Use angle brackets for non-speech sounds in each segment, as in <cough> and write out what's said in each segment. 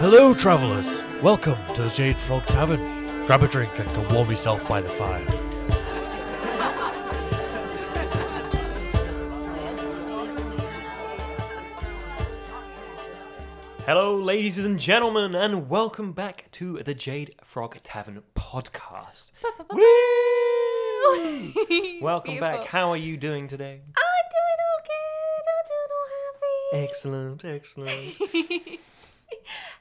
Hello, travellers. Welcome to the Jade Frog Tavern. Grab a drink and come warm yourself by the fire. Hello, ladies and gentlemen, and welcome <laughs> back to the Jade Frog Tavern <laughs> podcast. Whee! welcome back. Beautiful. How are you doing today? I'm doing all good. I'm doing all happy. Excellent, excellent.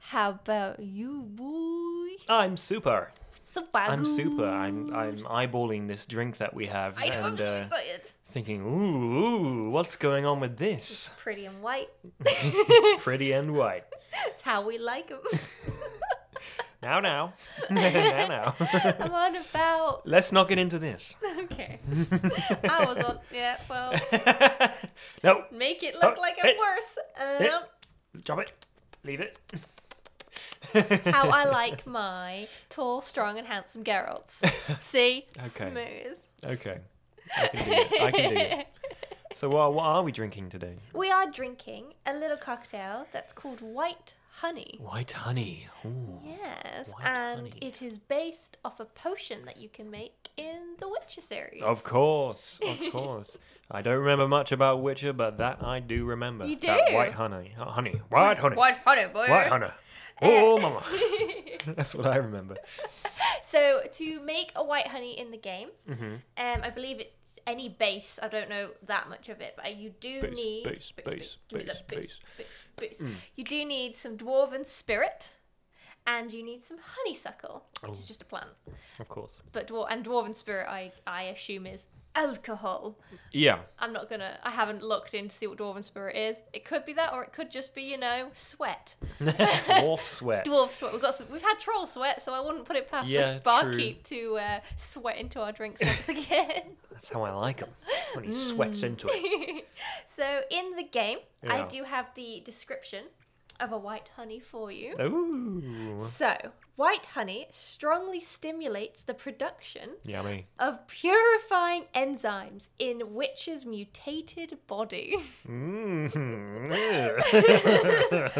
How about you, boy? <laughs> I'm super. Super I'm good. super. I'm I'm eyeballing this drink that we have I know, I'm and so uh, excited. thinking, ooh, ooh, what's going on with <laughs> this? Pretty and white. it's pretty and white. That's how we like 'em. <laughs> Now, now, <laughs> now, now. <laughs> <laughs> I'm on about. Let's not get into this. <laughs> Okay. I was on. Yeah. Well, no, make it look Oh, like hey. I'm worse. Hey. Um, <laughs> drop it. Leave it. how I like my tall, strong, and <laughs> handsome Geralts. See, Okay. smooth. Okay. I can do it. I can do <laughs> it. So, uh, what are we drinking today? We are drinking a little cocktail that's called White Honey. White honey. Ooh. Yes, White and honey. it is based off a potion that you can make in the Witcher series. Of course, of <laughs> course. I don't remember much about Witcher, but that I do remember. You That do? Uh. white honey. Uh, honey. White honey. White, White honey, boy. <laughs> honey. Oh, mama. That's what I remember. So to make a white honey in the game, Mm-hmm. um, I believe it's any base. I don't know that much of it, but you do Base, need base, base, give me base, Mm. that base, base, base. You do need some dwarven spirit, and you need some honeysuckle, which Oh. is just a plant. Of course. But dwar- and dwarven spirit, I I assume is alcohol. Yeah. I'm not gonna. I haven't looked in to see what dwarven spirit is. It could be that, or it could just be you know sweat, <laughs> Dwarf <laughs> sweat. dwarf sweat. We've got some. We've had troll sweat, so I wouldn't put it past Yeah, the true. barkeep to uh, sweat into our drinks once again. <laughs> That's how I like him. When he Mm. sweats into it. so in the game, I Yeah. do have the description of a white honey for you. Ooh. So white honey strongly stimulates the production Yummy. of purifying enzymes in witch's mutated body. Mm-hmm. <laughs> Mm.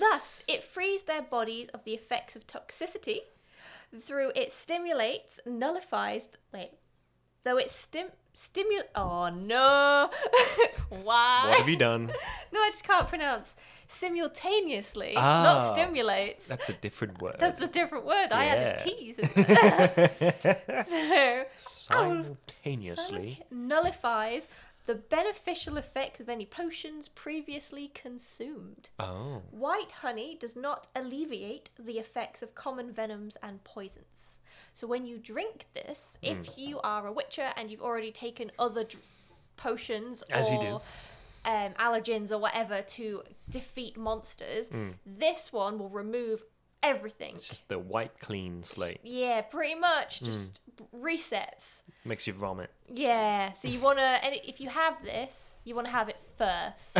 Thus, it frees their bodies of the effects of toxicity through it stimulates, nullifies. Wait, though it stim stimul. Oh no! <laughs> Why? what have you done? No, I just can't pronounce simultaneously. Ah. Not stimulates. That's, That's a different word. a different word. I added Yeah. <laughs> <laughs> T's. In there. so Simultaneously. nullifies the beneficial effect of any potions previously consumed. Oh. White honey does not alleviate the effects of common venoms and poisons. So when you drink this, Hmm. if you are a witcher and you've already taken other dr- potions As or you do. Um, allergens or whatever to defeat monsters, this one will remove everything. Hmm. It's Hmm. just the white clean slate. Yeah, pretty much just b- resets. Makes you vomit. Yeah, so you want to, if you have this, you want to have it first.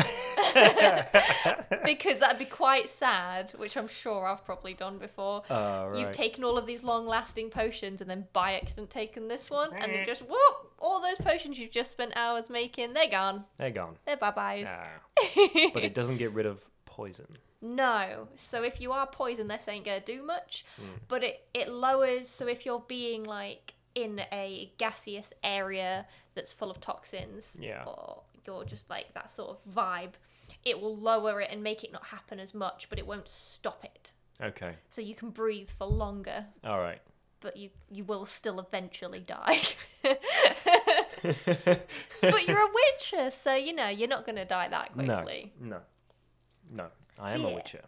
because that'd be quite sad, which I'm sure I've probably done before. Uh, right. You've taken all of these long lasting potions and then by accident taken this one, and then just, whoop, all those potions you've just spent hours making, they're gone. They're gone. They're bye byes. Ah. <laughs> but it doesn't get rid of poison. No. So if you are poisoned, this ain't gonna do much. Hmm. But it it lowers. So if you're being like in a gaseous area that's full of toxins, Yeah. or you're just like that sort of vibe, it will lower it and make it not happen as much, but it won't stop it. Okay. So you can breathe for longer, All <laughs> right. but you you will still eventually die. <laughs> but you're a witcher, so you know you're not gonna die that No. quickly. No. No. I am a Yeah. witcher.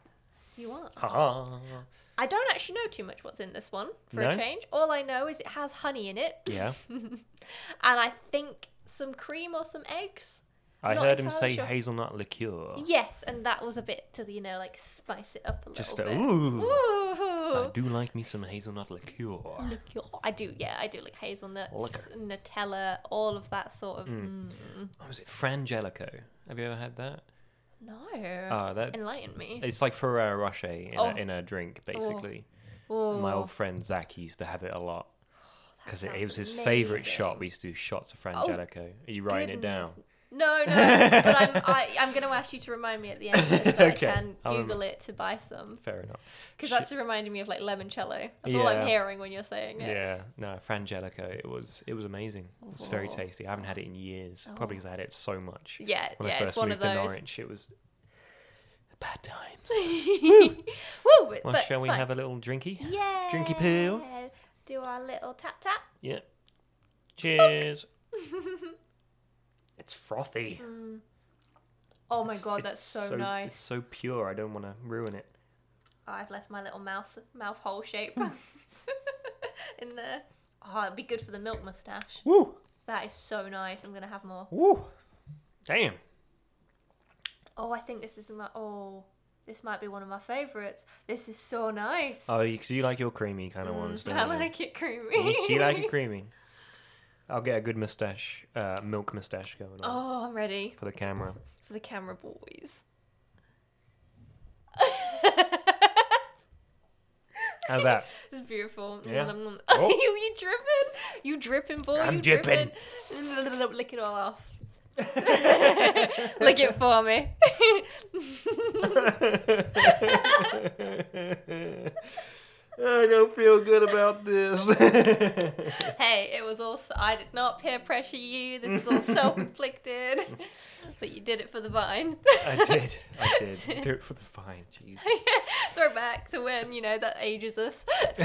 You are. Ha ha. I don't actually know too much what's in this one for No? a change. All I know is it has honey in it, Yeah. and I think some cream or some eggs. I Not heard him entirely say sure. hazelnut liqueur. Yes, and that was a bit to you know like spice it up a little Just a, bit. ooh. I Ooh. do like me some hazelnut liqueur. Liqueur. I do, yeah, I do like hazelnuts, Liquor. Nutella, all of that sort of. Mm. What was it? Frangelico. Have you ever had that? No, Ah, that enlighten me. it's like Ferrero Rocher in, Oh. a, in a drink, basically. Ooh, My old friend Zach used to have it a lot that because it, sounds it was his favorite shot. amazing. Oh, We used to do shots of Frangelico. Are you writing it down? Goodness. <laughs> No, no. but I'm, I, I'm going to ask you to remind me at the end of this so Okay, I can I'll Google it to buy some. Fair enough. Because Shit. that's reminding me of like limoncello. That's all I'm Yeah. hearing when you're saying Yeah. it. no, Frangelico. It was it was amazing. It's very Oh. tasty. I haven't had it in years, probably because I had it so much Yeah, when yeah, I it's first one moved of to <laughs> those. Norwich. It was bad <laughs> times. Woo, but, Well, but shall it's we fine. have a little drinky? Yeah. drinky poo? Do our little tap tap. Yeah. <laughs> Cheers. it's frothy. Oh my It's- god, it's that's so, It's nice. so pure. I don't want to ruin it. I've left my little mouth mouth <laughs> hole shape <laughs> in there. Oh, it'd be good for the milk mustache. Woo! That is so nice. I'm gonna have more. Woo! Damn. Oh, I think this is my. Oh, this might be one of my favorites. This is so nice. <laughs> Oh, because you like your creamy kind of ones, don't Mm, I you? like it creamy. <laughs> Yes, you like it creamy. I'll get a good mustache, uh, milk mustache going on Oh, I'm ready for the camera. for the camera boys. <laughs> How's that? It's beautiful. Yeah. Mm, Oh. <laughs> you, you dripping? You dripping, boy. I'm you dripping. dripping. <laughs> Lick it all off. <laughs> Lick it for me. <laughs> <laughs> I don't feel good about this. hey, it was also I did not peer pressure you. This is <laughs> all self-inflicted. but you did it for the vine. <laughs> I did. I did. Do it for the fine. Jesus. <laughs> Throw back to when you know that <laughs> ages us. <laughs>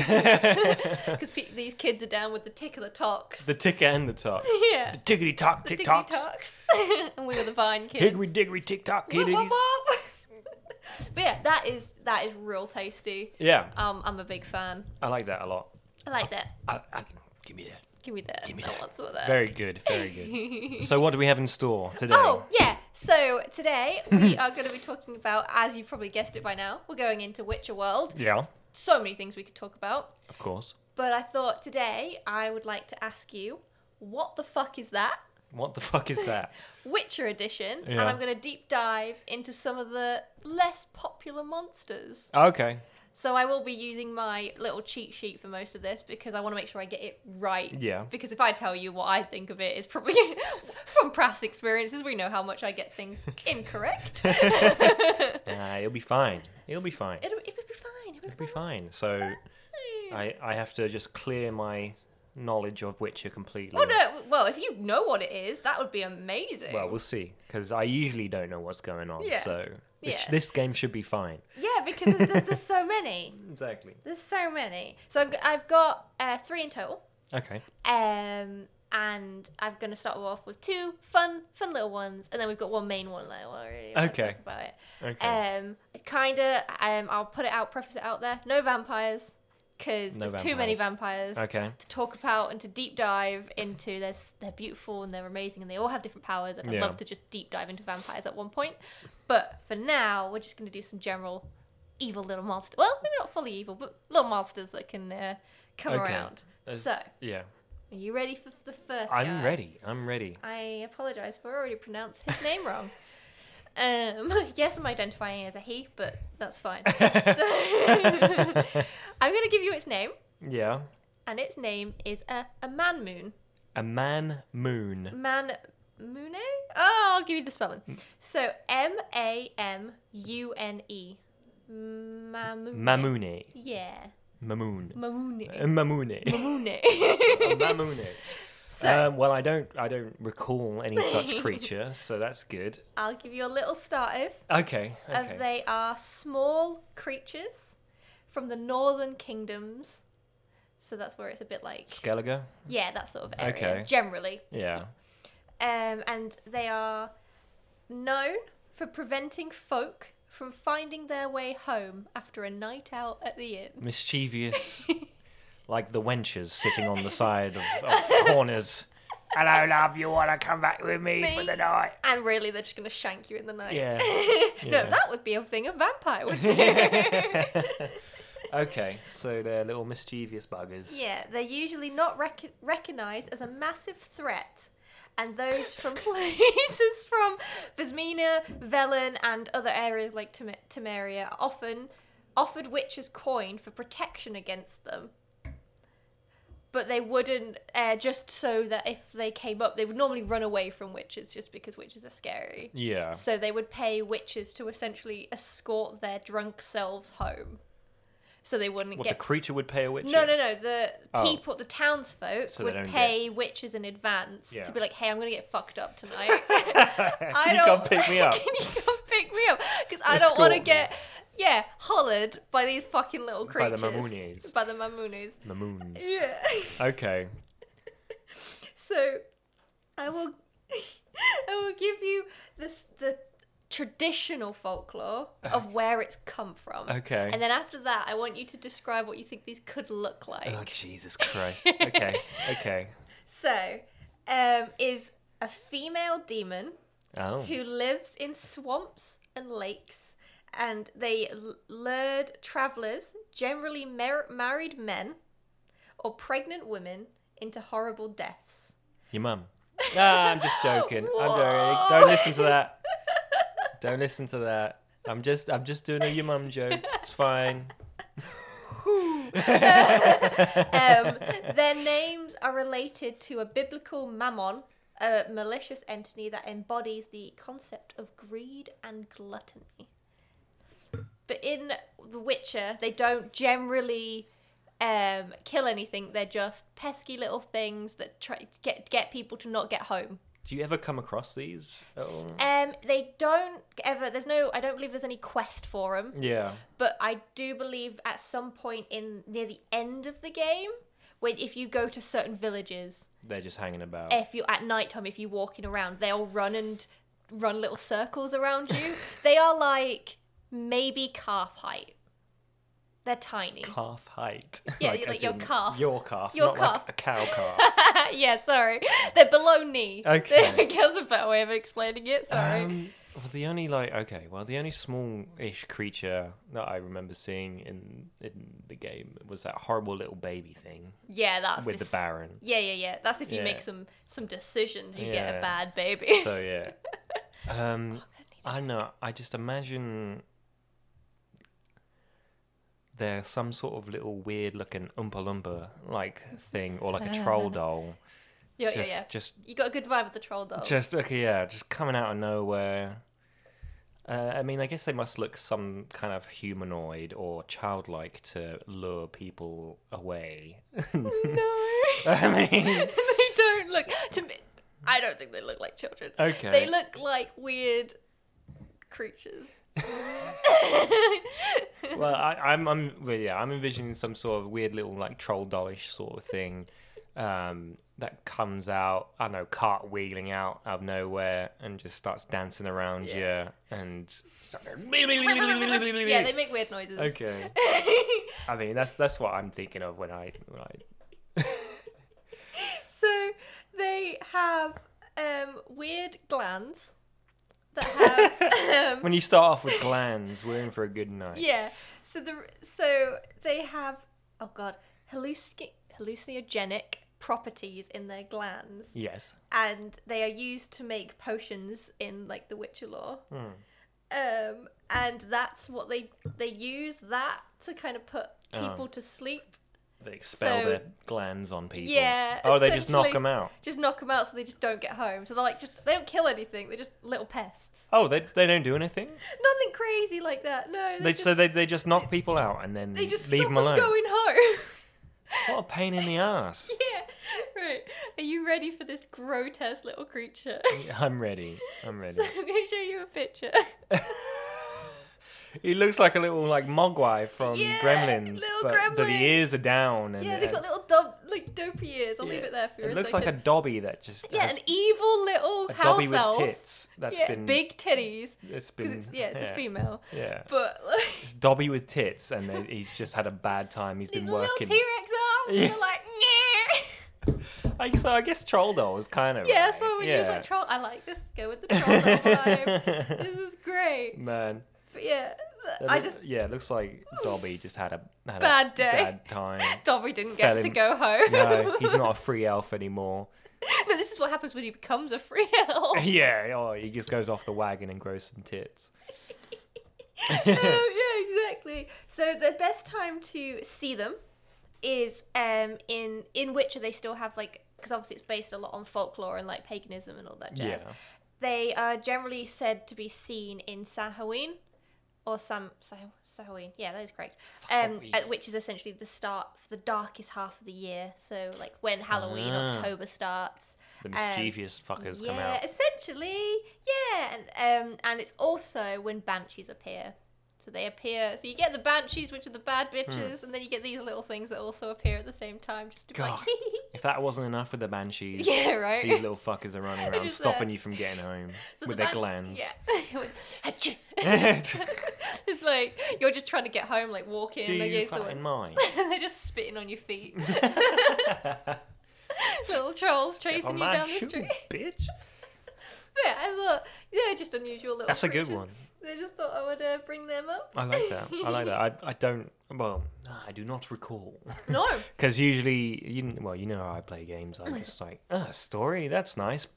Because pe- these kids are down with the tick of the tox. The ticker and the tox. <laughs> yeah. The tickety tock, The tick tickety tocks. tox. <laughs> and we were the vine kids. Higgery diggery tick tock. Whoop, whoop, kiddies. whoop. but yeah, that is that is real tasty. Yeah, Um, I'm a big fan. I like that a lot. I like that. I, I, give me that. Give me that. Give me I that. want some of that. Very good. Very <laughs> good. so, what do we have in store today? Oh yeah. So <laughs> today we are going to be talking about, as you've probably guessed it by now, we're going into Witcher World. Yeah, So many things we could talk about, of course. but I thought today I would like to ask you, what the fuck is that? What the <laughs> fuck is that? Witcher edition, and Yeah. I'm going to deep dive into some of the less popular monsters. okay. So I will be using my little cheat sheet for most of this because I want to make sure I get it right. Yeah. Because if I tell you what I think of it, it's probably <laughs> from past experiences. We know how much I get <laughs> things incorrect. it'll, Nah, it'll be fine. It'll be fine. it'll be fine. It'll be It'll be fine. Oh, fine. So, I, I have to just clear my knowledge of Witcher completely. Oh no! Well, if you know what it is, that would be amazing. Well, we'll see. Because I usually don't know what's going on. Yeah. So, this, Yeah. this game should be fine. yeah, because there's, there's, there's so <laughs> many. Exactly. There's so many. So I've, g- I've got uh, three in total. Okay. Um, and I'm gonna start off with two fun, fun little ones, and then we've got one main one that I want to really wanna Okay. talk about it. Okay. Um, kind of. Um, I'll put it out, preface it out there. No vampires, because No there's too many vampires okay. to talk about and to deep dive into. There's they're beautiful and they're amazing and they all have different powers. And I'd Yeah. love to just deep dive into vampires at one point, but for now we're just gonna do some general evil little monster. Well, maybe not fully evil, but little monsters that can uh, come Okay. around. There's- So. Yeah. Are you ready for the first I'm guy? ready. I'm <laughs> ready. I apologize if I already pronounced his name wrong. <laughs> Um, <laughs> yes, I'm identifying as a he, but <laughs> that's fine. so, <laughs> I'm going to give you its name, Yeah. and its name is a, a man moon. A man moon. Man moone? Oh, I'll give you the spelling. Mm. So, M A M U N E. Mamune. Mamune. Yeah. Mamoon. Uh, Mamune. Mamune. Mamune. <laughs> Mamune. <laughs> so, um, well, I don't. I don't recall any <laughs> such creature, so that's good. I'll give you a little starter. Okay. of Okay. they are small creatures from the northern kingdoms. So that's where it's a bit like Skellige. yeah, that sort of area Okay. generally. Yeah. Um, and they are known for preventing folk from finding their way home after a night out at the inn. <laughs> Mischievous, like the wenches sitting on the side of, of corners. Hello, love. You want to come back with me, for Me? the night? And really, they're just gonna shank you in the night. <laughs> Yeah. No, yeah. that would be a thing a <laughs> vampire would do. Okay. So they're little mischievous buggers. yeah, they're usually not rec- recognized as a massive threat, and those from <laughs> places from Vismina, Velen, and other areas like Tem- Temeria are often offered witches coin for protection against them. but they wouldn't uh, just so that if they came up, they would normally run away from witches just because witches are scary. Yeah. So they would pay witches to essentially escort their drunk selves home, so they wouldn't What the get. creature would pay a witch? no, no, no. The Oh. people, the townsfolk, So they would don't pay witches in advance Yeah. to be like, "Hey, I'm gonna get fucked up tonight. <laughs> I you come pick <laughs> me up?" Can you come pick me up? Because I don't Escort want to me. get yeah hollered by these fucking little By the creatures. Mamunis. By the mamunis. The moons. Yeah. Okay. <laughs> So, I will, <laughs> I will give you this the traditional folklore of where it's come from. Okay. And then after that, I want you to describe what you think these could look like. Oh Jesus <laughs> Christ. Okay. Okay. So, um, is a female demon Oh. who lives in swamps and lakes, and they l- lured travelers, generally mar- married men, or pregnant women, into horrible deaths. Your mum. Nah, I'm just joking. I'm joking. Don't listen to that. Don't listen to that. I'm just I'm just doing a your mum joke. It's fine. um, their names are related to a biblical mammon, a malicious entity that embodies the concept of greed and gluttony. But in The Witcher, they don't generally um, kill anything. They're just pesky little things that try to get get people to not get home. Do you ever come across these? at all? Um, they don't ever. There's no. I don't believe there's any quest for them. Yeah. but I do believe at some point in near the end of the game, when if you go to certain villages, They're just hanging about. if you at night time, if you're walking around, they'll run and run little circles around you. <laughs> they are like maybe calf height. They're tiny. Calf height. Yeah, like as your in calf. Your calf. Your not calf. like a <laughs> cow calf. <laughs> yeah, sorry. They're below knee. <laughs> Okay. That's a better way of explaining it. Sorry. Um, well, the only like okay, well, the only small-ish creature that I remember seeing in in the game was that horrible little baby thing yeah, that's with dis- the Baron. Yeah, yeah, yeah. That's if you Yeah. make some some decisions, you get Yeah. a bad baby. So yeah, um, I need to- I don't know. I just imagine they're some sort of little weird-looking Oompa Loompa like thing, or like a <laughs> troll doll. <laughs> yeah, just, yeah, Oh. yeah. just, You got a good vibe with the troll doll. just okay, yeah, just coming out of nowhere. Uh, I mean, I guess they must look some kind of humanoid or childlike to lure people away. <laughs> <laughs> No. I <laughs> mean, they don't look to me. I don't think they look like children. okay, They look like weird creatures. <laughs> yeah, well, I, I'm, I'm, well, yeah, I'm envisioning some sort of weird little like troll dollish sort of thing um, that comes out. I don't know, cartwheeling out out of nowhere and just starts dancing around Yeah. you and. they make weird <laughs> noises. okay. I mean, that's that's what I'm thinking of when I when I. <laughs> so they have um, weird glands that <laughs> have. Um, When you start off with glands, we're in for a good night. yeah. So the so they have oh god hallucin- hallucinogenic properties in their glands. Yes. and they are used to make potions in like the Witcher lore. Hmm. Um, and that's what they they use that to kind of put Oh. people to sleep. They expel So- their glands on people. Yeah, Oh, they just knock essentially- them out. Just knock them out so they just don't get home. So they're like just they don't kill anything. They're just little pests. Oh, they they don't do anything. Nothing crazy like that. No, They, they just, so they, they just knock people out and then they just leave stop them alone. going home. <laughs> What a pain in the ass. yeah, right. Are you ready for this grotesque little creature? <laughs> I'm ready. I'm ready. so I'm gonna show you a picture. <laughs> he looks like a little like mogwai from Yeah, Gremlins, little but, but the gremlins. ears are down. And, Yeah, they've and- got little dob like dopey ears. I'll leave yeah. it there for you. It looks like a dobby that just Yeah, has an evil little a house dobby with elf. tits. That's yeah, been big titties. It's Because been it's yeah, it's yeah, a female. Yeah. But like <laughs> It's Dobby with tits, and then he's just had a bad time. He's these been little T working. Rex arms, Yeah. they're like "Nyeh." <laughs> I, so I guess troll doll is kind of. Yeah, that's why right. when you was yeah. like troll I like this, go with the troll <laughs> doll vibe. This is great. Man, But yeah. that I look- just yeah, it looks like Dobby just had a had a Bad day. bad <laughs> time. Dobby didn't Fell get to in- go home. No, <laughs> he's not a free elf anymore. No, this is what happens when he becomes a free <laughs> elf. yeah, oh, he just goes off the wagon and grows some tits. <laughs> um, yeah, exactly. So the best time to see them is um in in Witcher they still have like because obviously it's based a lot on folklore and like paganism and all that jazz. Yeah. They are generally said to be seen in Samhain or Sam Sam- Samhain. Yeah, that is correct. Um, Samhain. at- which is essentially the start, the darkest half of the year. So like when Halloween, Ah. October starts. The Um, mischievous fuckers yeah, come out. essentially, yeah, and um, and it's also when banshees appear. So they appear. So you get the banshees, which are the bad Hmm. bitches, and then you get these little things that also appear at the same time, just to be like, <laughs> God. If that wasn't enough with the banshees, yeah, <laughs> these right. little fuckers are running around, just, uh, stopping you from getting home So with the their ban- glands. <laughs> Yeah. <laughs> Achoo. it's like you're just trying to get home, like walking Do you against the <laughs> fucking mind? wind. They're just spitting on <laughs> your feet. <laughs> little trolls On chasing you my down the shoe, street. <laughs> bitch. Yeah, I thought they're just unusual little. That's a good creatures. one. They just thought I would uh, bring them up. I like that. I like that. I, I don't. Well, I do not recall. <laughs> No, Because usually, you kn- well, you know how I play games. I'm just like, ah, story. That's nice.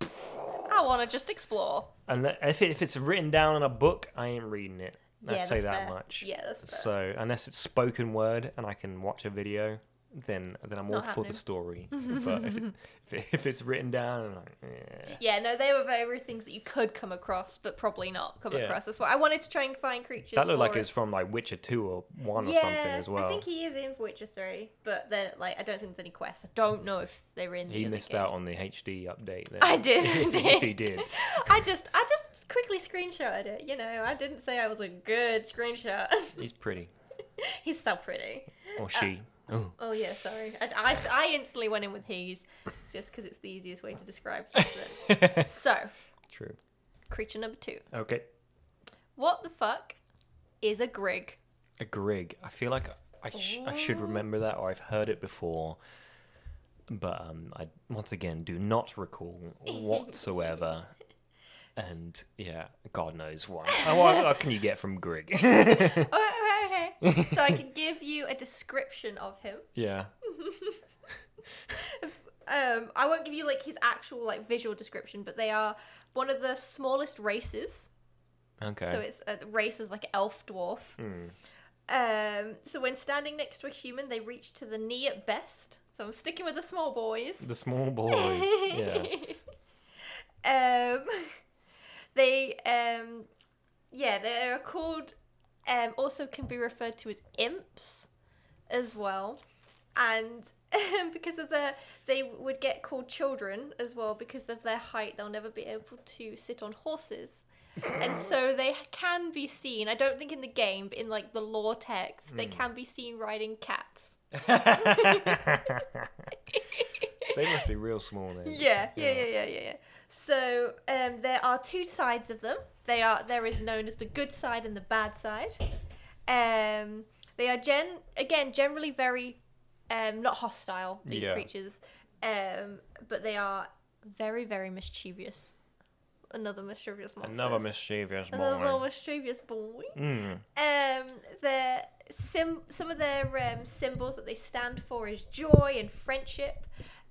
I want to just explore. And le- if it, if it's written down in a book, I ain't reading it. I yeah, say that's that fair. much. Yeah, that's fair. So unless it's spoken word and I can watch a video, then then I'm all Not for the happening. <laughs> story. but if, it, if, it, if it's written down, I'm like, yeah. yeah, no, they were very things that you could come across, but probably not come Yeah. across. That's why I wanted to try and find creatures. that looked like for it's from like Witcher Two or One yeah, or something as well. I think he is in for Witcher Three, but then like I don't think there's any quests. I don't know if they're in. He the other missed out games. on the HD update. Then. I did, <laughs> I if, if he did. <laughs> I just, I just quickly screenshotted it. You know, I didn't say I was a good screenshot. <laughs> He's pretty, He's so pretty. or she. <laughs> oh. Oh yeah, sorry. I, I, I instantly went in with he's, just because it's the easiest way to describe something. <laughs> so, True. creature number two. Okay. What the fuck is a grig? A grig. I feel like I, sh- I Oh. should remember that, or I've heard it before. But um, I once again do not recall <laughs> whatsoever. and yeah, God knows what. Oh, what, what can you get from grig? <laughs> Oh, okay, okay. so I <laughs> can give you a description of him. yeah. Um, I won't give you like his actual like visual description, but they are one of the smallest races. Okay. So it's a race is like elf dwarf. Um, so when standing next to a human, they reach to the knee at best. So I'm sticking with the small boys. the small boys. <laughs> Yeah. um, <laughs> they um, yeah, they are called. Um, also can be referred to as imps, as well, and. <laughs> because of their, they would get called children as well. Because of their height, they'll never be able to sit on horses and so they can be seen. I don't think in the game, but in like the lore text, they can be seen riding cats. They must be real small then. Yeah, yeah, yeah, yeah, yeah. yeah. So um, there are two sides of them. They are there is known as the good side and the bad side. Um, they are gen again generally very um, not hostile these Yeah. creatures, um, but they are very very mischievous. Another mischievous monster. Another mischievous Another little boy. mischievous boy. Mm. um their sim some of their um, symbols that they stand for is joy and friendship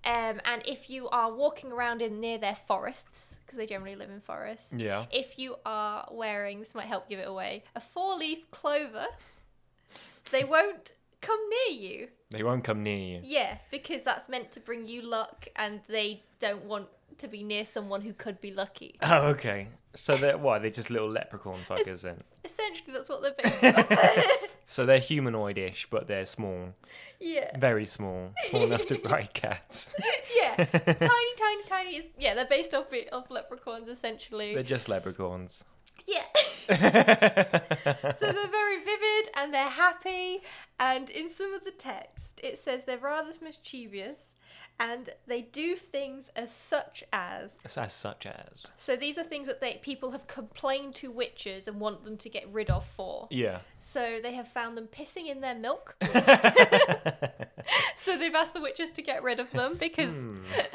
um, and if you are walking around in near their forests because they generally live in forests Yeah. if you are wearing this might help give it away a four leaf clover they won't come near you They won't come near you. yeah because that's meant to bring you luck and they don't want to be near someone who could be lucky <laughs> Oh, okay. So they're what? They're just little leprechaun fuckers then. essentially that's what they're based on <laughs> So they're humanoid-ish, but they're small, yeah very small, small enough <laughs> to ride cats. yeah, tiny, tiny, tiny. Is, yeah, they're based off it- off leprechauns essentially. They're just <laughs> leprechauns. yeah, okay. so they're very vivid and they're happy. And in some of the text, it says they're rather mischievous, and they do things as such as. As such as. So these are things that they people have complained to witches and want them to get rid of for. Yeah. So they have found them pissing in their milk. so they've asked the witches to get rid <laughs> of them because Hmm.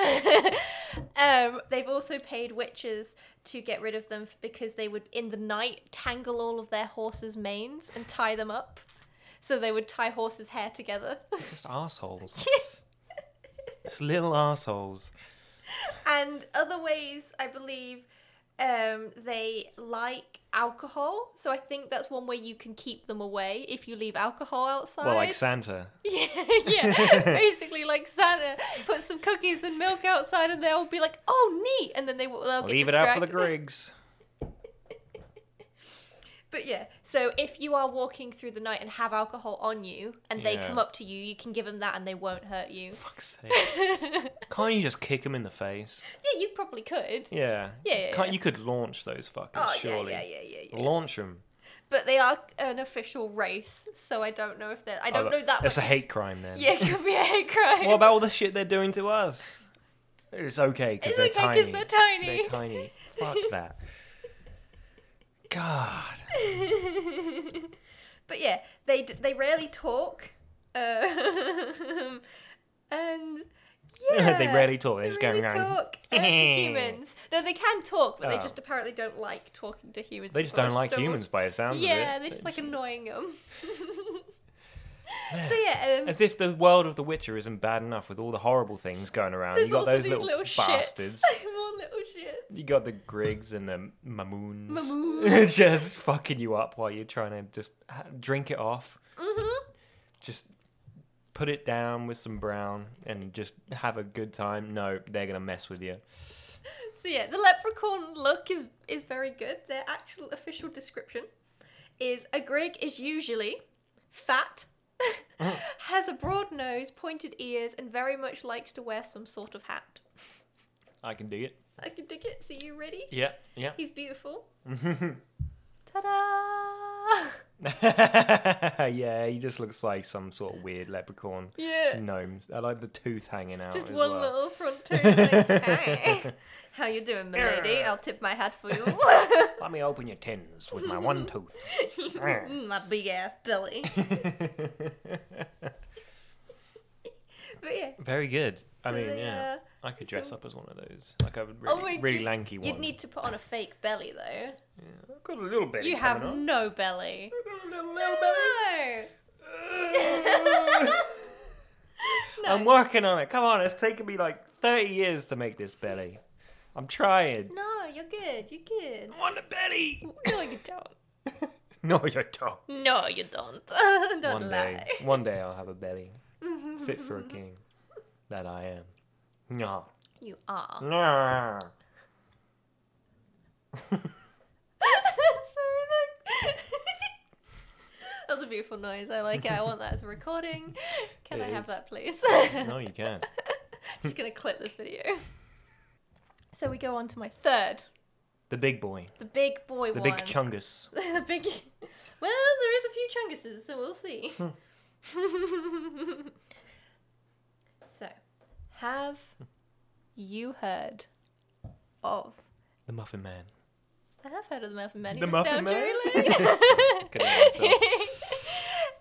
<laughs> um, they've also paid witches to get rid of them because they would, in the night, tangle all of their horses' manes and tie them up. So they would tie horses' hair together. <laughs> Just assholes. just little assholes. and other ways, I believe, um, they like alcohol. So I think that's one way you can keep them away if you leave alcohol outside. Well, like Santa. <laughs> yeah, yeah. Basically, like Santa put some cookies and milk outside, and they'll be like, "Oh, neat!" And then they will they'll get Leave it out for the distracted. Griggs. But yeah, so if you are walking through the night and have alcohol on you, and they Yeah. come up to you, you can give them that, and they won't hurt you. <laughs> Fuck's sake. Can't you just kick him in the face? Yeah, you probably could. Yeah. Yeah, Can't yeah. you could launch those fuckers? Oh yeah, surely. yeah, yeah, yeah, yeah. Launch them. But they are an official race, so I don't know if they're. I don't know that. Oh, It's a much. hate crime then. Yeah, it could be a hate crime. <laughs> What about all the shit they're doing to us? It's okay because It's they're, tiny. okay 'cause they're tiny. They're <laughs> tiny. Fuck that. God. but yeah, they d- they rarely talk, um, <laughs> and yeah, they rarely talk. They they just go rarely around. <laughs> talk uh, to humans. No, they can talk, but they Oh. just apparently don't like talking to humans. They as just much, don't like so- humans by the sounds Yeah, of they're it. just like <laughs> annoying them. so yeah, um, As if the world of The Witcher isn't bad enough with all the horrible things going around. there's you got also those these little, little, bastards. <laughs> shits. More little shits. You got the Grigs and the Mamoons. Mamoons. <laughs> just fucking you up while you're trying to just ha- drink it off. Mhm. Just put it down with some brown and just have a good time. No, they're going to mess with you. So yeah, the leprechaun look is is very good. Their actual official description is a Grig is usually fat, <laughs> Uh-huh. has a broad nose, pointed ears, and very much likes to wear some sort of hat. I can dig it. I can dig it. So you ready? Yeah, yeah. He's beautiful. <laughs> Ta-da! <laughs> yeah, he just looks like some sort of weird leprechaun. Yeah. Gnomes. I like the tooth hanging out. <laughs> Just as one well. little <laughs> front tooth. Like, hey, how you doing, milady? I'll tip my hat for <laughs> you. <laughs> Mm, Let me open your tins with my one <laughs> tooth. my big ass <laughs> belly. But yeah. Very good. I So mean, they, uh, yeah. I could dress some- up as one of those, like a really, really Oh, you- lanky one. You'd need to put on a fake belly though. I've got a little belly. You have no belly. I've got a little, <laughs> No. belly. I'm working on it. Come on, it's taken me like 30 years to make this belly. I'm trying. No, you're good. You're good. I want a belly. No, you don't. <laughs> No, you don't. No, you don't. <laughs> don't one lie. day, one day I'll have a belly fit for <laughs> a king. That I am. Nah. You Mm. are. Nah. <laughs> Sorry. That... <laughs> that was a beautiful noise. I like it. I want that as a recording. Can It I have is. that, please? <laughs> No, you can. Just gonna clip this video. So we go on to my third, The big boy. the big boy The one. big chungus. <laughs> the big. Well, there is a few chunguses, so we'll see. Hmm. <laughs> so, have you heard of? The muffin man. I have heard of the Muffin Man. The He looks Muffin down Man? Drury <laughs> Lane. Couldn't help myself. <laughs>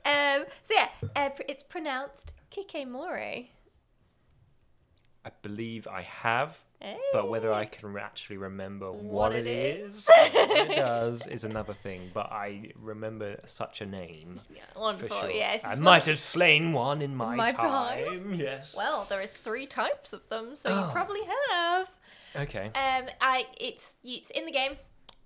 um, so yeah, uh, pr- it's pronounced Kike More. I believe I have, Hey. but whether I can re- actually remember what, What it it is, what <laughs> it does, is another thing. But I remember such a name Yeah, for wonderful. sure. Oh, Yes. I it's might one- have slain one in my, my time. time. Yes. Well, there is three types of them, so Oh. you probably have. Okay. Um, I it's it's in the game,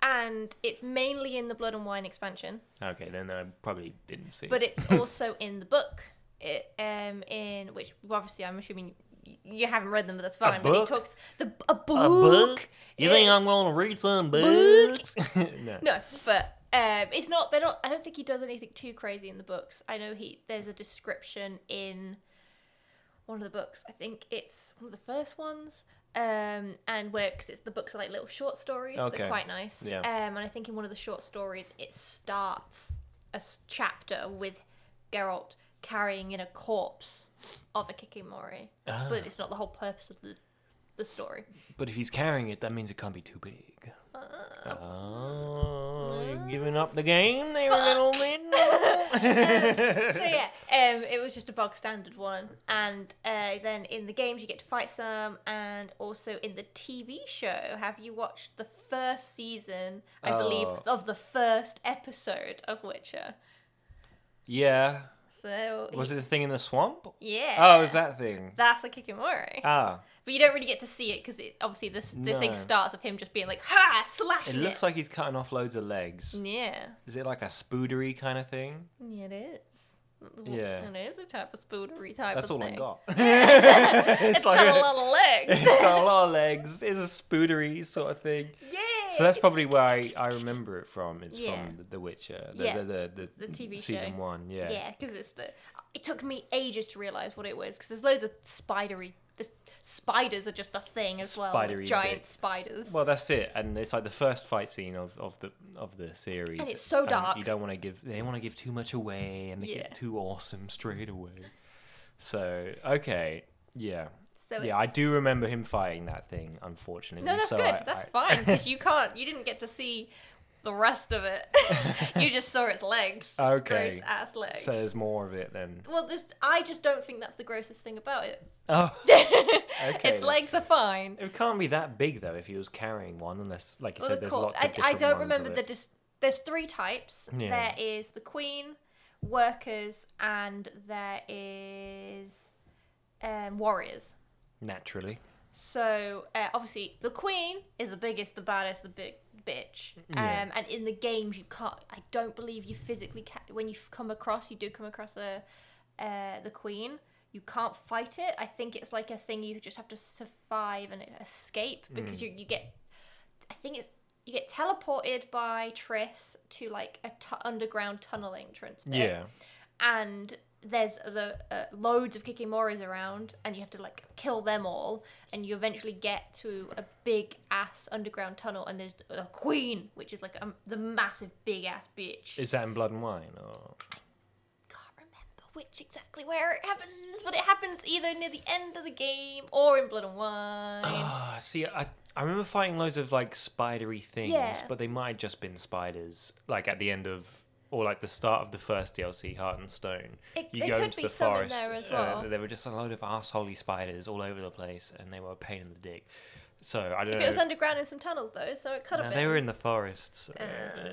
and it's mainly in the Blood and Wine expansion, Okay. Then I probably didn't see. <coughs> but it's also in the book. It um in which obviously I'm assuming y- you haven't read them, but that's fine. But he book? talks the a book. a book. You think I'm It's- gonna read some Book. books? <laughs> no. No, but um, it's not. They don't. I don't think he does anything too crazy in the books. I know he. There's a description in one of the books. I think it's one of the first ones. Um, and where because it's the books are like little short stories. Okay. They're quite nice. Yeah. Um, and I think in one of the short stories, it starts a s- chapter with Geralt carrying in a corpse of a Kikimori, Ah. but it's not the whole purpose of the the story. But if he's carrying it, that means it can't be too big. Uh, Oh, you're giving up the game there, little <laughs> man. so yeah, um, it was just a bog standard one, and uh, then in the games you get to fight some, and also in the TV show, have you watched the first season? I believe Oh. of the first episode of Witcher. yeah. So So Was it the thing in the swamp? yeah. Oh, it was that thing. That's a Kikimori. Ah, but you don't really get to see it because it, obviously this the No. thing starts of him just being like ha it slashing it. looks like he's cutting off loads of legs. yeah, Is it like a spoodery kind Mm. of thing? it is. Yeah. it is a type of spoonery type. That's of all thing. I <laughs> got. It's like got a a- lot of legs. <laughs> It's got a lot of legs. It's a spoodery sort of thing. yeah. So that's probably where I, I remember it from. It's Yeah. from The- The Witcher, the, Yeah. the, the, the, The TV season show. one. Yeah. Yeah, because it's the. It took me ages to realize what it was because there's loads of spidery. The spiders are just a thing as well. like Spidery giant bit. spiders. Well, that's it, and it's like the first fight scene of, of the of the series. And it's so dark. You don't want to give they want to give too much away and make Yeah. it too awesome straight away. So okay, yeah, so yeah, I do remember him fighting that thing. Unfortunately, No, that's so good. I- that's I- fine <laughs> because you can't. You didn't get to see the rest of it. <laughs> you just saw its legs. Its Okay. Gross ass <laughs> legs. So there's more of it then. well, this, I just don't think that's the grossest thing about it. <laughs> Oh, Okay. Its legs are fine. it can't be that big though if he was carrying one, unless like you Well, said, the there's corpse. lots of I, I different don't ones remember of the. it. Dis- there's three types. Yeah. There is the queen, workers, and there is um, warriors. naturally. So uh, obviously, the queen is the biggest, the baddest, the big bitch. Um, Mm, Yeah. And in the games, you can't. I don't believe you physically ca When you have come across, you do come across a uh, the queen. You can't fight it. I think it's like a thing you just have to survive and escape Mm. because you, you get. I think it's you get teleported by Triss to like a tu- underground uh, tunnel entrance. Bit Yeah, and there's the uh, loads of kikimoris around and you have to like kill them all and you eventually get to a big ass underground tunnel and there's a queen which is like um, the massive big ass bitch is that in Blood and Wine or? can't remember which exactly where it happens but it happens either near the end of the game or in blood and wine Ah, see, I I remember fighting loads of like spidery things, Yeah. but they might have just been spiders. Like at the end of or like the start of the first DLC, Heart and Stone, It- there could be some in there as well. uh, there were just a load of assholey spiders all over the place, and they were a pain in the dick. So I don't if know. it was underground in some tunnels though so it could No, have been they were in the forest. So, Uh,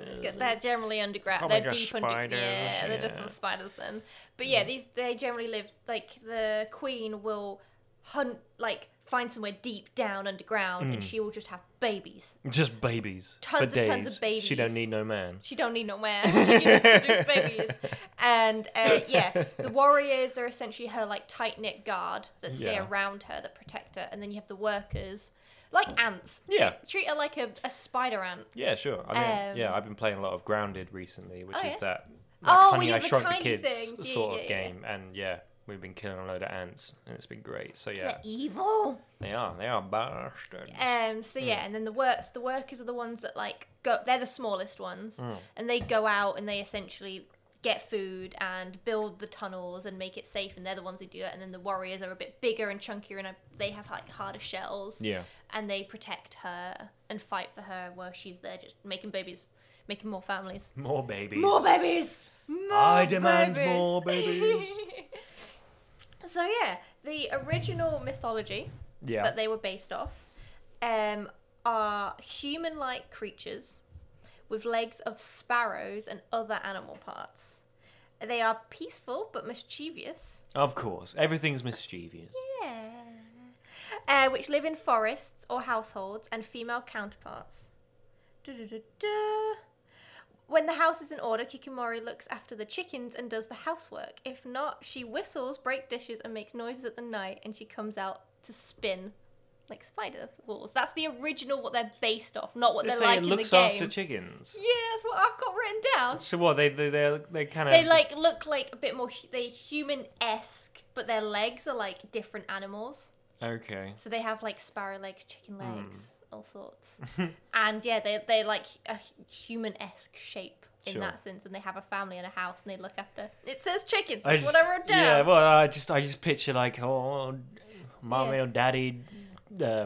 It's good. Uh, They're generally underground. Probably They're just deep underground. oh spiders, Yeah, they're just yeah. some spiders then. But yeah, these they generally live like the queen will hunt like find somewhere deep down underground, Hmm. and she will just have babies. just babies Tons for and days. tons of She babies. don't need no man. She don't need no <laughs> man. <laughs> She can just produce babies. And uh, yeah, the warriors are essentially her like tight knit guard that stay Yeah. around her, that protect her, and then you have the workers. Like ants. Treat- Yeah. Treat her like a, a spider ant. Yeah, sure. I mean, Um, yeah, I've been playing a lot of Grounded recently, which Oh, is yeah. that like, Oh, Honey yeah, I the Shrunk the tiny Kids things. Yeah, sort yeah, of yeah. game, and yeah, we've been killing a load of ants, and it's been great. So yeah, They're evil. they are they are bastards. Um. So Mm. yeah, and then the works the workers are the ones that like go. They're the smallest ones, Mm. and they go out and they essentially get food and build the tunnels and make it safe. And they're the ones who do that. And then the warriors are a bit bigger and chunkier, and uh, they have like harder shells. Yeah, And they protect her and fight for her while she's there, just making babies, making more families, more babies. more babies. More I demand babies. more babies. <laughs> So yeah, the original mythology yeah, that they were based off um, are human like creatures with legs of sparrows and other animal parts. They are peaceful but mischievous, of course, everything's mischievous. yeah. uh, which live in forests or households and female counterparts. Du-du-du-du. When the house is in order, Kikumori looks after the chickens and does the housework. If not, she whistles, breaks dishes, and makes noises at the night, and she comes out to spin like spider walls. That's the original, what they're based off, not what They they're say like it in looks the game. after chickens. yeah, that's what I've got written down. So what they they they they kind of They like look like a bit more hu- they human esque, but their legs are like different animals. okay. So they have like sparrow legs, chicken Hmm. legs, all <laughs> sorts. and yeah, they they like a hu- human-esque shape in Sure. that sense, and they have a family and a house, and they look after. It says chickens. I That's just, what I wrote down. Yeah, well, I just I just picture like oh, mommy Yeah. or daddy. Uh,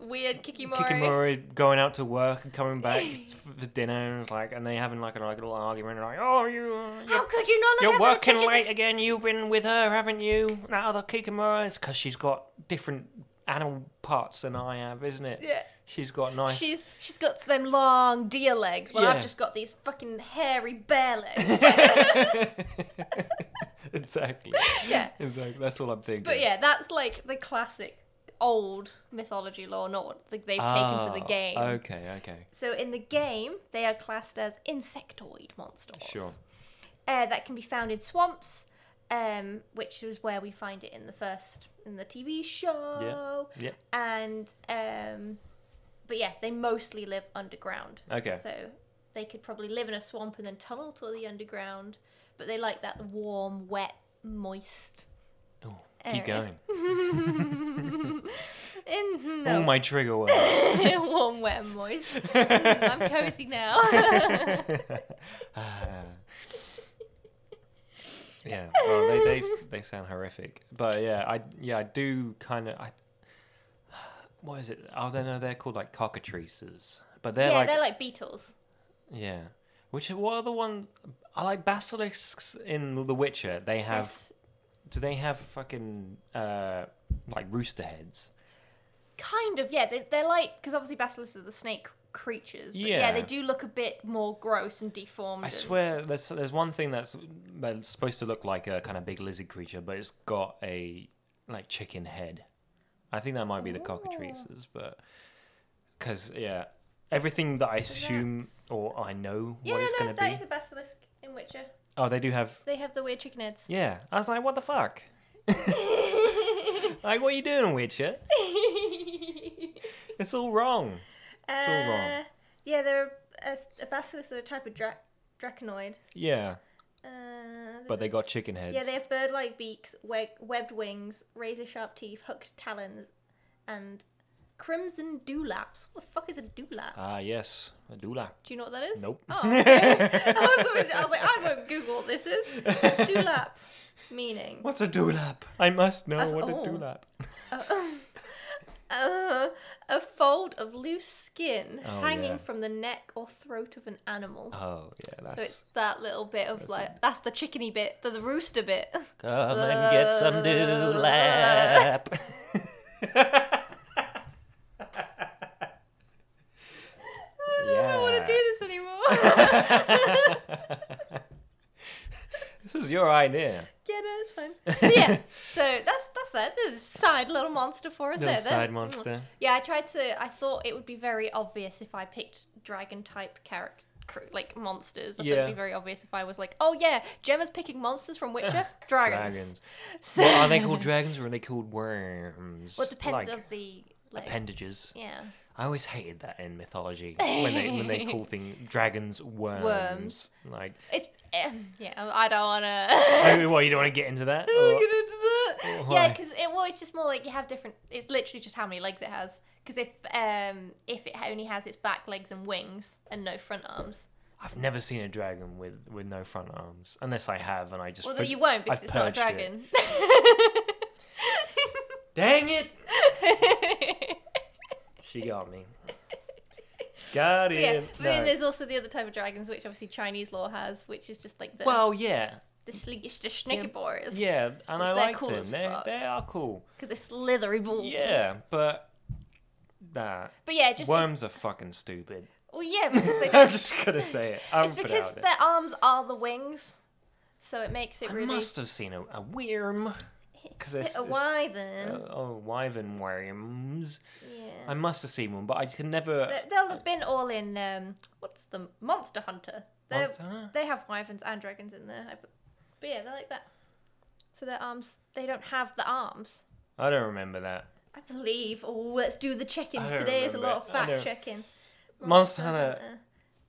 Weird kikimori. Kikimori going out to work and coming <clears throat> back for dinner, and like, and they having like a like, little argument, like, "Oh, you, How you're, could you not look you're after working the chicken? late again. You've been with her, haven't you? That other Kikimori, it's because she's got different animal parts than I have, isn't it? <laughs> Yeah. she's got nice. She's <laughs> she's got them long deer legs, but Yeah. <laughs> I've just got these fucking hairy bear legs. <laughs> exactly. Yeah. Exactly. That's all I'm thinking. But yeah, that's like the classic old mythology lore, not what like, they've taken for the Ah, game. Okay, okay. So in the game, they are classed as insectoid monsters. Sure. Uh, that can be found in swamps, um, which is where we find it in the first in the TV show. Yeah. And um, but yeah, they mostly live underground. Okay. So they could probably live in a swamp and then tunnel to the underground, but they like that warm, wet, moist. Oh, keep Area. going. In, hmm, All <laughs> no, <laughs> my trigger words. warm, wet, and moist. <laughs> Mm, I'm cozy now. <laughs> yeah. Well, they, they they sound horrific. But yeah, I yeah I do kind of I. What is it? I don't know. They're called like cockatrices, but they're yeah, like they're like beetles. yeah. Which what are the ones? I like basilisks in The Witcher. They have Yes. do they have fucking uh like rooster heads? Kind of, yeah. They, they're like because obviously basilisks are the snake creatures. But yeah. Yeah. they do look a bit more gross and deformed. I and- swear, there's there's one thing that's that's supposed to look like a kind of big lizard creature, but it's got a like chicken head. I think that might be the cockatrices, but because yeah, everything that I assume that's- or I know Yeah, what no, it's no, gonna that be. is a basilisk in Witcher. Oh, they do have. They have the weird chicken heads. Yeah, I was like, what the <laughs> fuck? like, what are you doing, Witcher? <laughs> It's all wrong. all wrong. Uh, Yeah, they're a, a basilisk are a type of drac draconoid. Yeah, Uh, but they got chicken heads. yeah, they have bird-like beaks, we- webbed wings, razor-sharp teeth, hooked talons, and crimson dewlaps. What the fuck is a dewlap? Ah, yes, a doula. Do you know what that is? Nope. Oh, <laughs> okay. I, was always, I was like, I won't Google what this is. Dewlap meaning. What's a doulap? I must know I've- what a oh. doulap. Uh, a fold of loose skin Oh, hanging yeah. from the neck or throat of an animal. Oh yeah, that's. so it's that little bit of like, that's the chickeny bit, the rooster bit. <laughs> Come and get some <laughs> doolap. I don't want to do this anymore. <laughs> <laughs> This was your idea. <laughs> yeah, no, that's fine. So, yeah, so that's that's that. There's a side little monster for us Little there. then. side monster. Yeah, I tried to. I thought it would be very obvious if I picked dragon type character. Like monsters, I thought Yeah. it'd be very obvious if I was like, "Oh yeah, Gemma's picking monsters from Witcher, <laughs> dragons." Dragons. <laughs> So, Well, are they called dragons or are they called worms? well, it Like, depends of the like, appendages. Yeah, I always hated that in mythology when they when <laughs> they call things dragons worms. Worms. Like, it's eh, yeah. I I don't wanna. <laughs> oh, what you don't want to get into that? Or- why? Yeah, because it well, it's just more like you have different. It's literally just how many legs it has. Because if um if it only has its back legs and wings and no front arms, I've never seen a dragon with, with no front arms, unless I have, and I just well for- then you won't because I've it's not a purged it. dragon. <laughs> Dang it! She got <laughs> me. Got But yeah, him. but then No. there's also the other type of dragons, which obviously Chinese law has, which is just like the Well, yeah, the sligish, the schnickerboars, because yeah, and Which I they're like cool them. as They fuck. they are cool. they're slithery balls. Yeah, but nah, but yeah, just worms are fucking stupid. well, yeah, because they <laughs> I'm just gonna say it. I'm it's put it because out there. their arms are the wings, so it makes it I really must have seen a, a worm because hit it's, a it's- wyvern. uh, oh wyvern worms. yeah, I must have seen one, but I can never. They- they'll have been all in um, what's the Monster Hunter? They're, Monster Hunter? They have wyverns and dragons in there, I b- but yeah, they're like that. So their arms, they don't have the arms. I don't remember that. I believe. Oh, let's do the check-in. I don't Today is a remember lot of it. I fact don't- checking. Monster Hunter.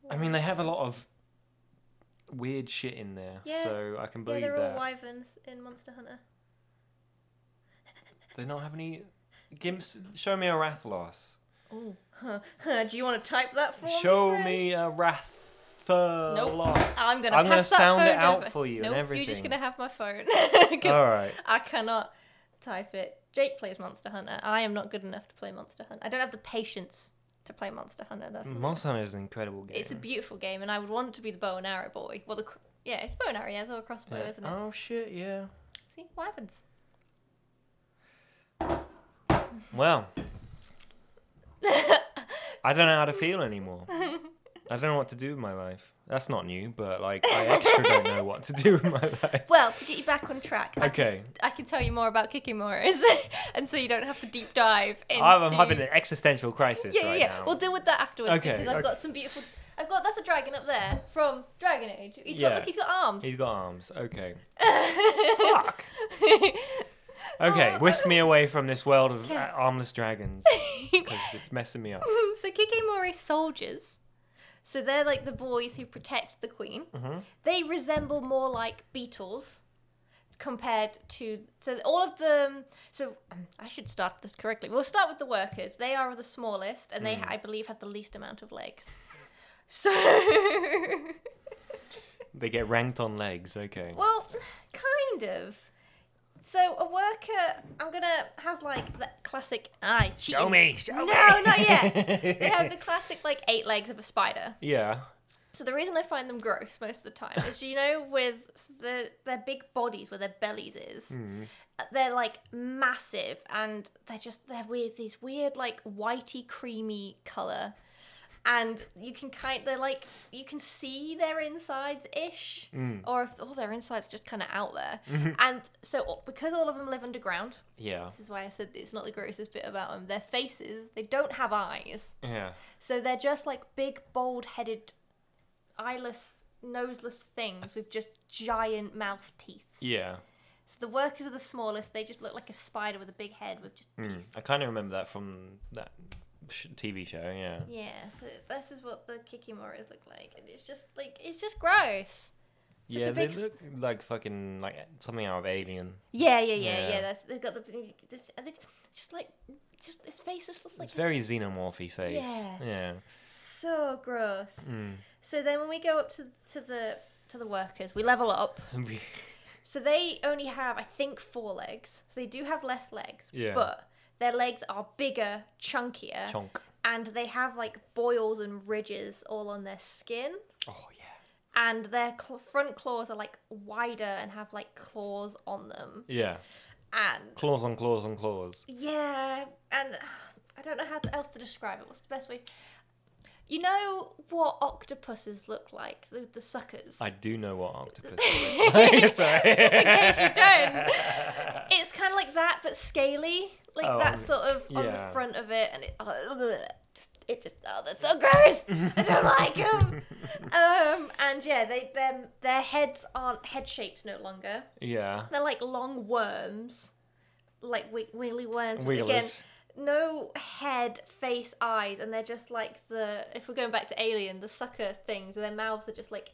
I mean, they have a lot of weird shit in there, Yeah. so I can Yeah, believe they're that. all wyverns in Monster Hunter. They don't have any. Gimps, show me a Rathlos. Oh, huh. huh. Do you want to type that for me? Show friend? me a Rathalos. I'm gonna I'm gonna pass that sound it phone out over. for you Nope, and everything. You're just gonna have my phone <laughs> 'Cause All right. I cannot type it. Jake plays Monster Hunter. I am not good enough to play Monster Hunter. I don't have the patience to play Monster Hunter. Though. Monster Hunter is an incredible game. It's a beautiful game, and I would want to be the bow and arrow boy. Well, the cr- yeah, it's bow and arrow, yeah, it's all crossbow, Yeah. isn't it? Oh shit, yeah. See, wyverns. <laughs> Well, I don't know how to feel anymore. I don't know what to do with my life. That's not new, but like <laughs> I extra don't know what to do with my life. Well, to get you back on track, I, can- Okay, I can tell you more about Kikimoras, <laughs> and so you don't have to deep dive into. I'm, I'm having an existential crisis Yeah, yeah, right yeah. now. We'll deal with that afterwards Okay, because I've okay. got some beautiful. I've got that's a dragon up there from Dragon Age. He's Yeah. got look, he's got arms. He's got arms. Okay. Fuck. <laughs> <laughs> Okay, Oh, whisk me away from this world of uh, Yeah. armless <laughs> dragons because it's messing me up. so Kikimori soldiers. So they're like the boys who protect the queen. Mm-hmm. They resemble more like beetles compared to so all of them. So um, I should start this correctly. We'll start with the workers. They are the smallest, and Mm. they I believe have the least amount of <laughs> legs. So <laughs> They get ranked on legs. Okay. well, kind of. So a worker, I'm gonna has like that classic eye. Show me. Show No, me. <laughs> not yet. They have the classic like eight legs of a spider. Yeah. So the reason I find them gross most of the time is, you know, with the, their big bodies where their bellies is, uh, they're like massive and they're just they're weird. These weird like whitey creamy color, and you can kind they're like you can see their insides ish, or if all their insides just kind of out there. And so because all of them live underground, Yeah. this is why I said it's not the grossest bit about them. Their faces they don't have eyes. Yeah. So they're just like big, bald headed, eyeless, noseless things with just giant mouth teeth. Yeah. So the workers are the smallest. They just look like a spider with a big head with just teeth. I kind of remember that from that sh- TV show. Yeah. Yeah, so this is what the Kikimoras look like. And it's just like, it's just gross. yeah, a they big s- look like fucking like something out of Alien. Yeah, yeah, yeah, yeah. Yeah. that's, they've got the. And it's just like, just this face is just like It's very xenomorphy face. Yeah. Yeah. <laughs> <laughs> so gross. Hmm. So then when we go up to to the to the workers, we level up. So they only have, I think, four legs. So they do have less legs. Yeah. But their legs are bigger, chunkier, Chonk. and they have like boils and ridges all on their skin. Oh yeah. And their cl- front claws are like wider and have like claws on them. Yeah. And Claws on claws on claws. yeah, and I don't know how to, else to describe it. What's the best way? You know what octopuses look like? The, the suckers. I do know what <laughs> octopus. look like. <laughs> Sorry. just in case you <laughs> don't. It's kind of like that, but scaly, like Oh, that um, sort of on the yeah. front of it, and it oh, ugh, just it just oh, they're so gross. I don't <laughs> like them. Um, and yeah, they their their heads aren't head shapes no longer. yeah. They're like long worms, like wi- wiggly worms. but Again, Wigglers. no head, face, eyes, and they're just like the if we're going back to Alien, the sucker things. And their mouths are just like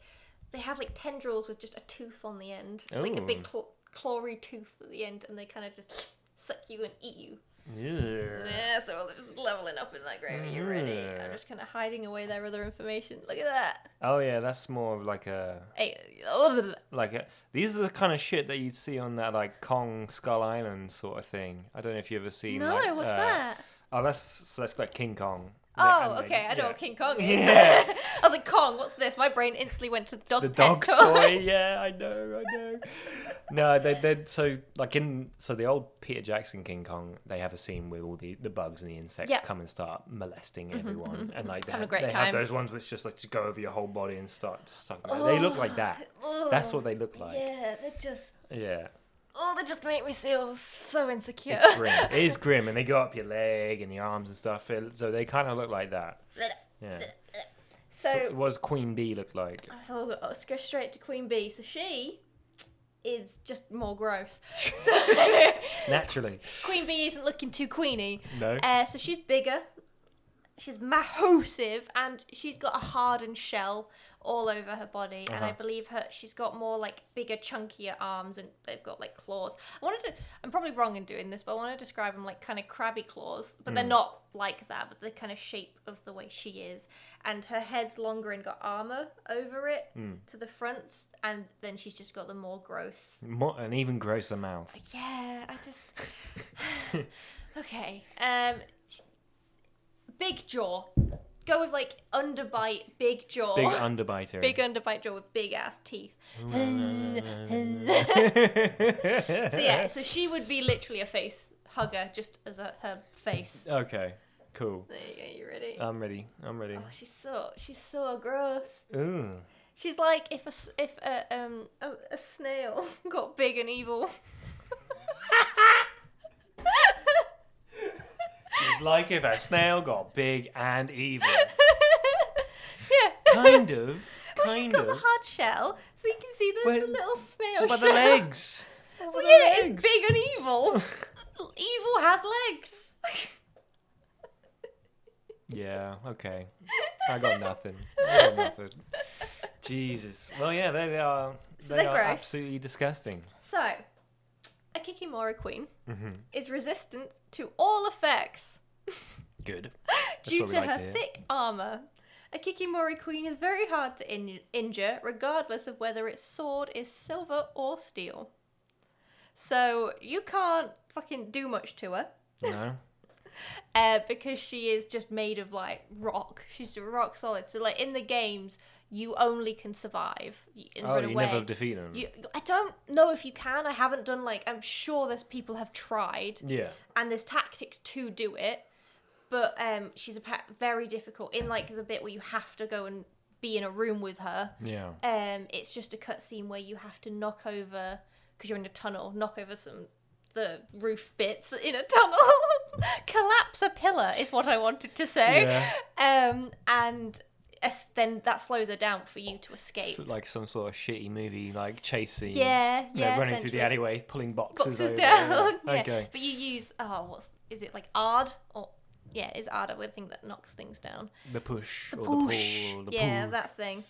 they have like tendrils with just a tooth on the end, like a Ooh. big cl- clawy tooth at the end, and they kind of just suck you and eat you. Yeah. Yeah, so we're just leveling up in that gravy. You ready? I'm Yeah. just kind of hiding away their other information. Look at that. Oh yeah, that's more of like a Hey, oh, blah, blah, blah. like a, these are the kind of shit that you'd see on that like Kong Skull Island sort of thing. I don't know if you ever seen. no, like, what's uh, that? Oh, that's so that's like King Kong. Oh, And they- okay. I know yeah. what King Kong is. Yeah. <laughs> I was like, Kong, what's this? My brain instantly went to the dog the pet dog <laughs> toy. Yeah, I know, I know. No, they they so like in so the old Peter Jackson King Kong, they have a scene where all the, the bugs and the insects Yeah. Mm-hmm, come and start molesting everyone, and like they, Having a have, great they have time. those ones which just like to go over your whole body and start just sucking. at- Oh. They look like that. That's what they look like. Yeah, Yeah, they just oh, they just make me feel so insecure. it's <laughs> grim. it is grim, and they go up your leg and your arms and stuff. it- So they kind of look like that. Yeah. So so, what does Queen Bee look like? <laughs> so we'll go- oh, let's go straight to Queen Bee. So she is just <laughs> more gross. <laughs> So Naturally, Queen Bee isn't looking too queeny. no. Uh, so she's bigger. She's massive, and she's got a hardened shell all over her body, and I Uh-huh. believe her she's got more like bigger, chunkier arms, and they've got like claws. I wanted to. I'm probably wrong in doing this, but I want to describe them like kind of crabby claws, but Hmm. they're not like that. But the kind of shape of the way she is, and her head's longer and got armor over it Hmm. to the fronts, and then she's just got the more gross. More, an even grosser <laughs> mouth. Yeah, I just. <sighs> okay. Um, big jaw. Go with like underbite, big jaw. <laughs> Big underbiter. <laughs> Big underbite jaw with big ass teeth. so yeah, so she would be literally a face hugger, just as a, her face. Okay, cool. Uh. There you go. You ready? I'm ready. I'm ready. oh, she's so she's so gross. Ooh. She's like if a s- if a um a, a snail <laughs> got big and evil. <laughs> It's like if <laughs> a snail got big and evil. yeah. Kind of. well, she's Kind got the of. hard shell, so you can see the, the Well, little snail But the shell. <laughs> legs. Well, the yeah, legs. it's big <laughs> and evil. evil has legs. <laughs> Yeah, okay. I got nothing. I got nothing. Jesus. Well, yeah, they, they are. So They they're are gross. absolutely disgusting. So, a Kikimora queen Mm-hmm. is resistant to all effects Good. due what we to like her to hear. thick armor. A Kikimori queen is very hard to in- injure, regardless of whether its sword is silver or steel. So you can't fucking do much to her No. uh, because she is just made of like rock. She's rock solid. So like in the games, you only can survive y- and Oh, run you away. never defeat them. You, I don't know if you can. I haven't done like I'm sure there's people have tried Yeah. and there's tactics to do it, but um, she's a pa- very difficult in like the bit where you have to go and be in a room with her. Yeah. Um, it's just a cutscene where you have to knock over because you're in a tunnel, knock over some the roof bits in a tunnel, <laughs> collapse a pillar is what I wanted to say. Yeah. Um, and es- then that slows her down for you to escape. So, like some sort of shitty movie, like chase scene. yeah, You know, yeah. running through the essentially. alleyway, pulling boxes, boxes over. down. <laughs> Yeah. Okay. But you use oh, what's is it like ard or yeah, is ard a weird thing that knocks things down? The push or Whoosh. the pull. The yeah, pull. that thing.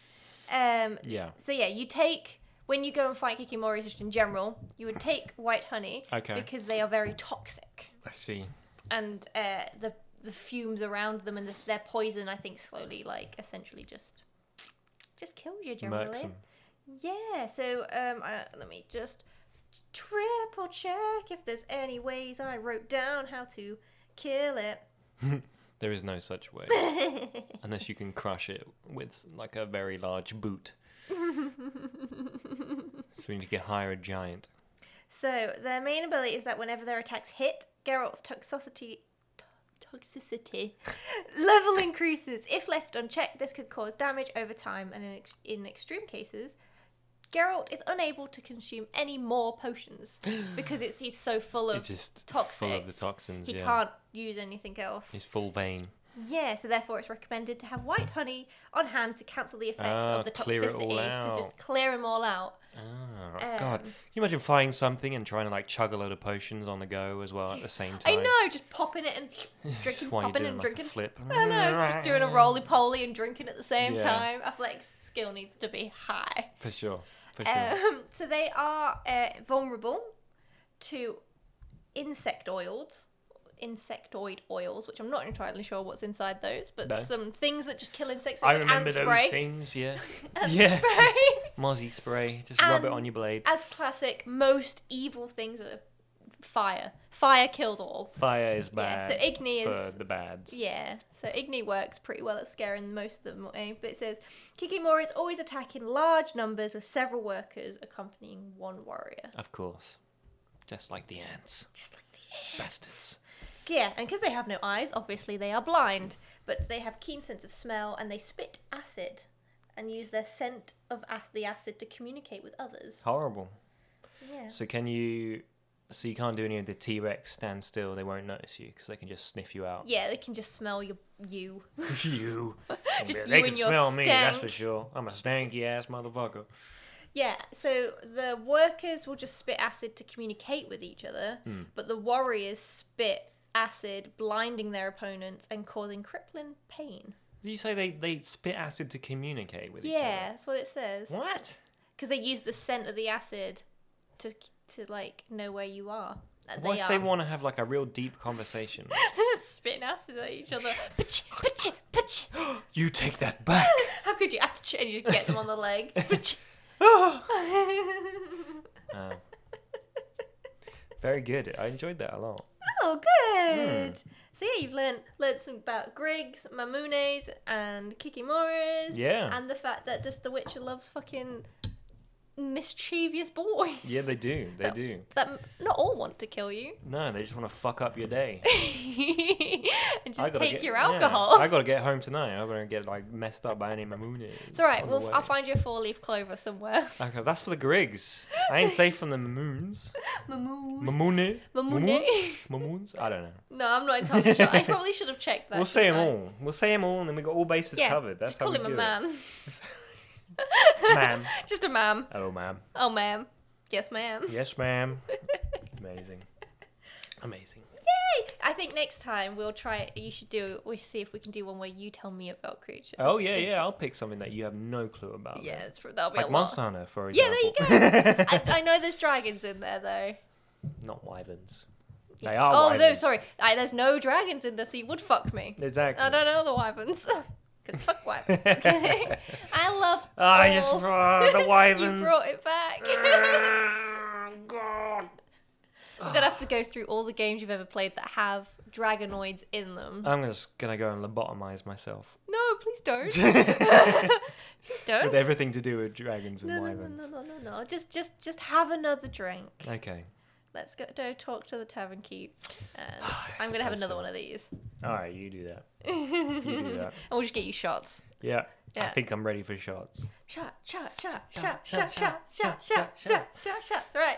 Um, Yeah. so yeah, you take when you go and fight Kikimoris just in general, you would take white honey Okay. because they are very toxic I see. and uh, the the fumes around them and the, their poison. I think slowly, like essentially, just just kills you generally. Mercs 'em. Yeah, so um, I, let me just triple check if there's any ways I wrote down how to kill it. There is no such <laughs> way. Unless you can crush it with like a very large boot. so we need to hire a giant. So their main ability is that whenever their attacks hit, Geralt's toxicity to- toxicity <laughs> level increases. If left unchecked, this could cause damage over time, and in, ex- in extreme cases, Geralt is unable to consume any more <gasps> potions because it's he's so full of It's just full of the toxics. toxins. he yeah. can't use anything else. It's full vein. Yeah, so therefore it's recommended to have white honey on hand to cancel the effects Ah, of the clear it all toxicity to just out. clear them all out. Ah, God. Can Um, you imagine frying something and trying to like chug a load of potions on the go as well at the same I time? know, just popping it and <laughs> Just drinking, while you're popping doing, and like, a drinking. flip. I know, just doing a roly poly and drinking at the same Yeah. time. Athletic skill needs to be high. For sure. For sure. Um, so they are uh, vulnerable to insect oils, insectoid oils, which I'm not entirely sure what's inside those, but No. some things that just kill insects. so I it's like remember ant those spray. scenes, <laughs> yeah. yeah. <laughs> just spray. Um, Mozzie spray. Just rub it on your blade. As classic, most evil things are fire. Fire kills all. Fire is Yeah, bad so Igni is for the bads. Yeah, so Igni works pretty well at scaring most of them away, but it says Kikimori is always attacking large numbers with several workers accompanying one warrior. Of course. Just like the ants. Just like the Bastards. Yeah, and because they have no eyes, obviously they are blind, but they have keen sense of smell and they spit acid and use their scent of ac- the acid to communicate with others. Horrible. Yeah. So can you? So you can't do any of the T Rex stand still. They won't notice you because they can just sniff you out. Yeah, they can just smell your you. <laughs> you. <laughs> Just they you can and your smell me. That's for stank. sure. I'm a stanky ass motherfucker. Yeah, so the workers will just spit acid to communicate with each other, Hmm. but the warriors spit acid, blinding their opponents and causing crippling pain. Did you say they they spit acid to communicate with Yeah, that's what it says. each other? What? Because they use the scent of the acid to to like know where you are. And What Uh, they if are. they want to have like a real deep <gasps> conversation? <laughs> They're just spitting acid at <laughs> each other. Patch, patch, patch. you take that <laughs> back. How could you? Patch, and you just get them on <laughs> the leg. <laughs> Patch. Ah, Oh. Very good. I enjoyed that a lot. Oh, good. Hmm. So yeah, you've learned learned some about Griggs, Mamunes, and Kikimoras. Yeah. And the fact that just the Witcher loves fucking mischievous boys. Yeah, they do. They That- do. That m- not all want to kill you, <laughs> No, they just want to fuck up your day. and just gotta take get- your yeah, <laughs> alcohol. I gotta get home tonight. I'm gonna get like messed up by any Mamoonies. it's all right. on the Well, I'll way. find you a four-leaf clover somewhere. Okay, that's for the Griggs. I ain't safe from the <laughs> Mamoons. Mamoon. Mamooni. <laughs> Mamoon. Mamoons? I don't know. No, I'm not entirely sure. <laughs> I probably should have checked that. we'll say them shouldn't I? all. We'll say them all, and then we got all bases Yeah, covered. That's just how call we him do a man. it. Ma'am. <laughs> Just a ma'am. <laughs> Hello, ma'am. Oh, ma'am. Yes, ma'am. Yes, <laughs> ma'am. Amazing. Amazing. Yay! I think next time we'll try. You should do. We should see if we can do one where you tell me about creatures. Oh yeah, yeah. I'll pick something that you have no clue about. <laughs> Yeah, it's, that'll be Like a lot. Monsanto, for Yeah, example. there you go. I, <laughs> I know there's dragons in there though. Not <laughs> wyverns. Yeah. They are. Oh no, wyverns. sorry. I, there's no dragons in there, so you would fuck me. Exactly. <laughs> I don't know the wyverns. <laughs> Cause fuck wyverns. I'm kidding. I love. Ah, I just all- <laughs> brought the Oh. you wyverns. brought <laughs> it back. Urgh, Oh, God. We're gonna have to go through all the games you've ever played that have dragonoids in them. Ah, I'm just gonna go and lobotomize myself No, please <laughs> don't. <laughs> please with don't. everything to do with dragons and No, no, no, wyverns. no, no, no, no. Just, just, just have another drink. Okay. Let's go, go talk to the tavern keep, <sighs> and I I'm gonna have suppose another so. one of these, All right, you do that. You do <laughs> and that. we'll just get you shots. Yeah. I Yeah. think I'm ready for shots. Shot, shot, shot, shot, Shot, shot, shot, shot, shot, shot, shot, shot, shot, shot, shots. Right.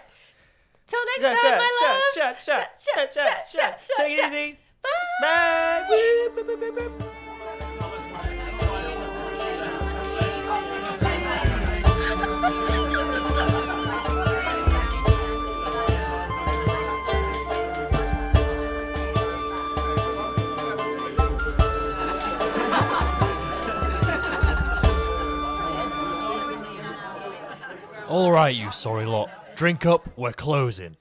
Till Shot, next time, shot, my shot, shot, loves. shot, shot, shot, shot. Take it easy. Bye. Bye. Woo, boop, boop, boop, boop. All right, you sorry lot. Drink up, we're closing.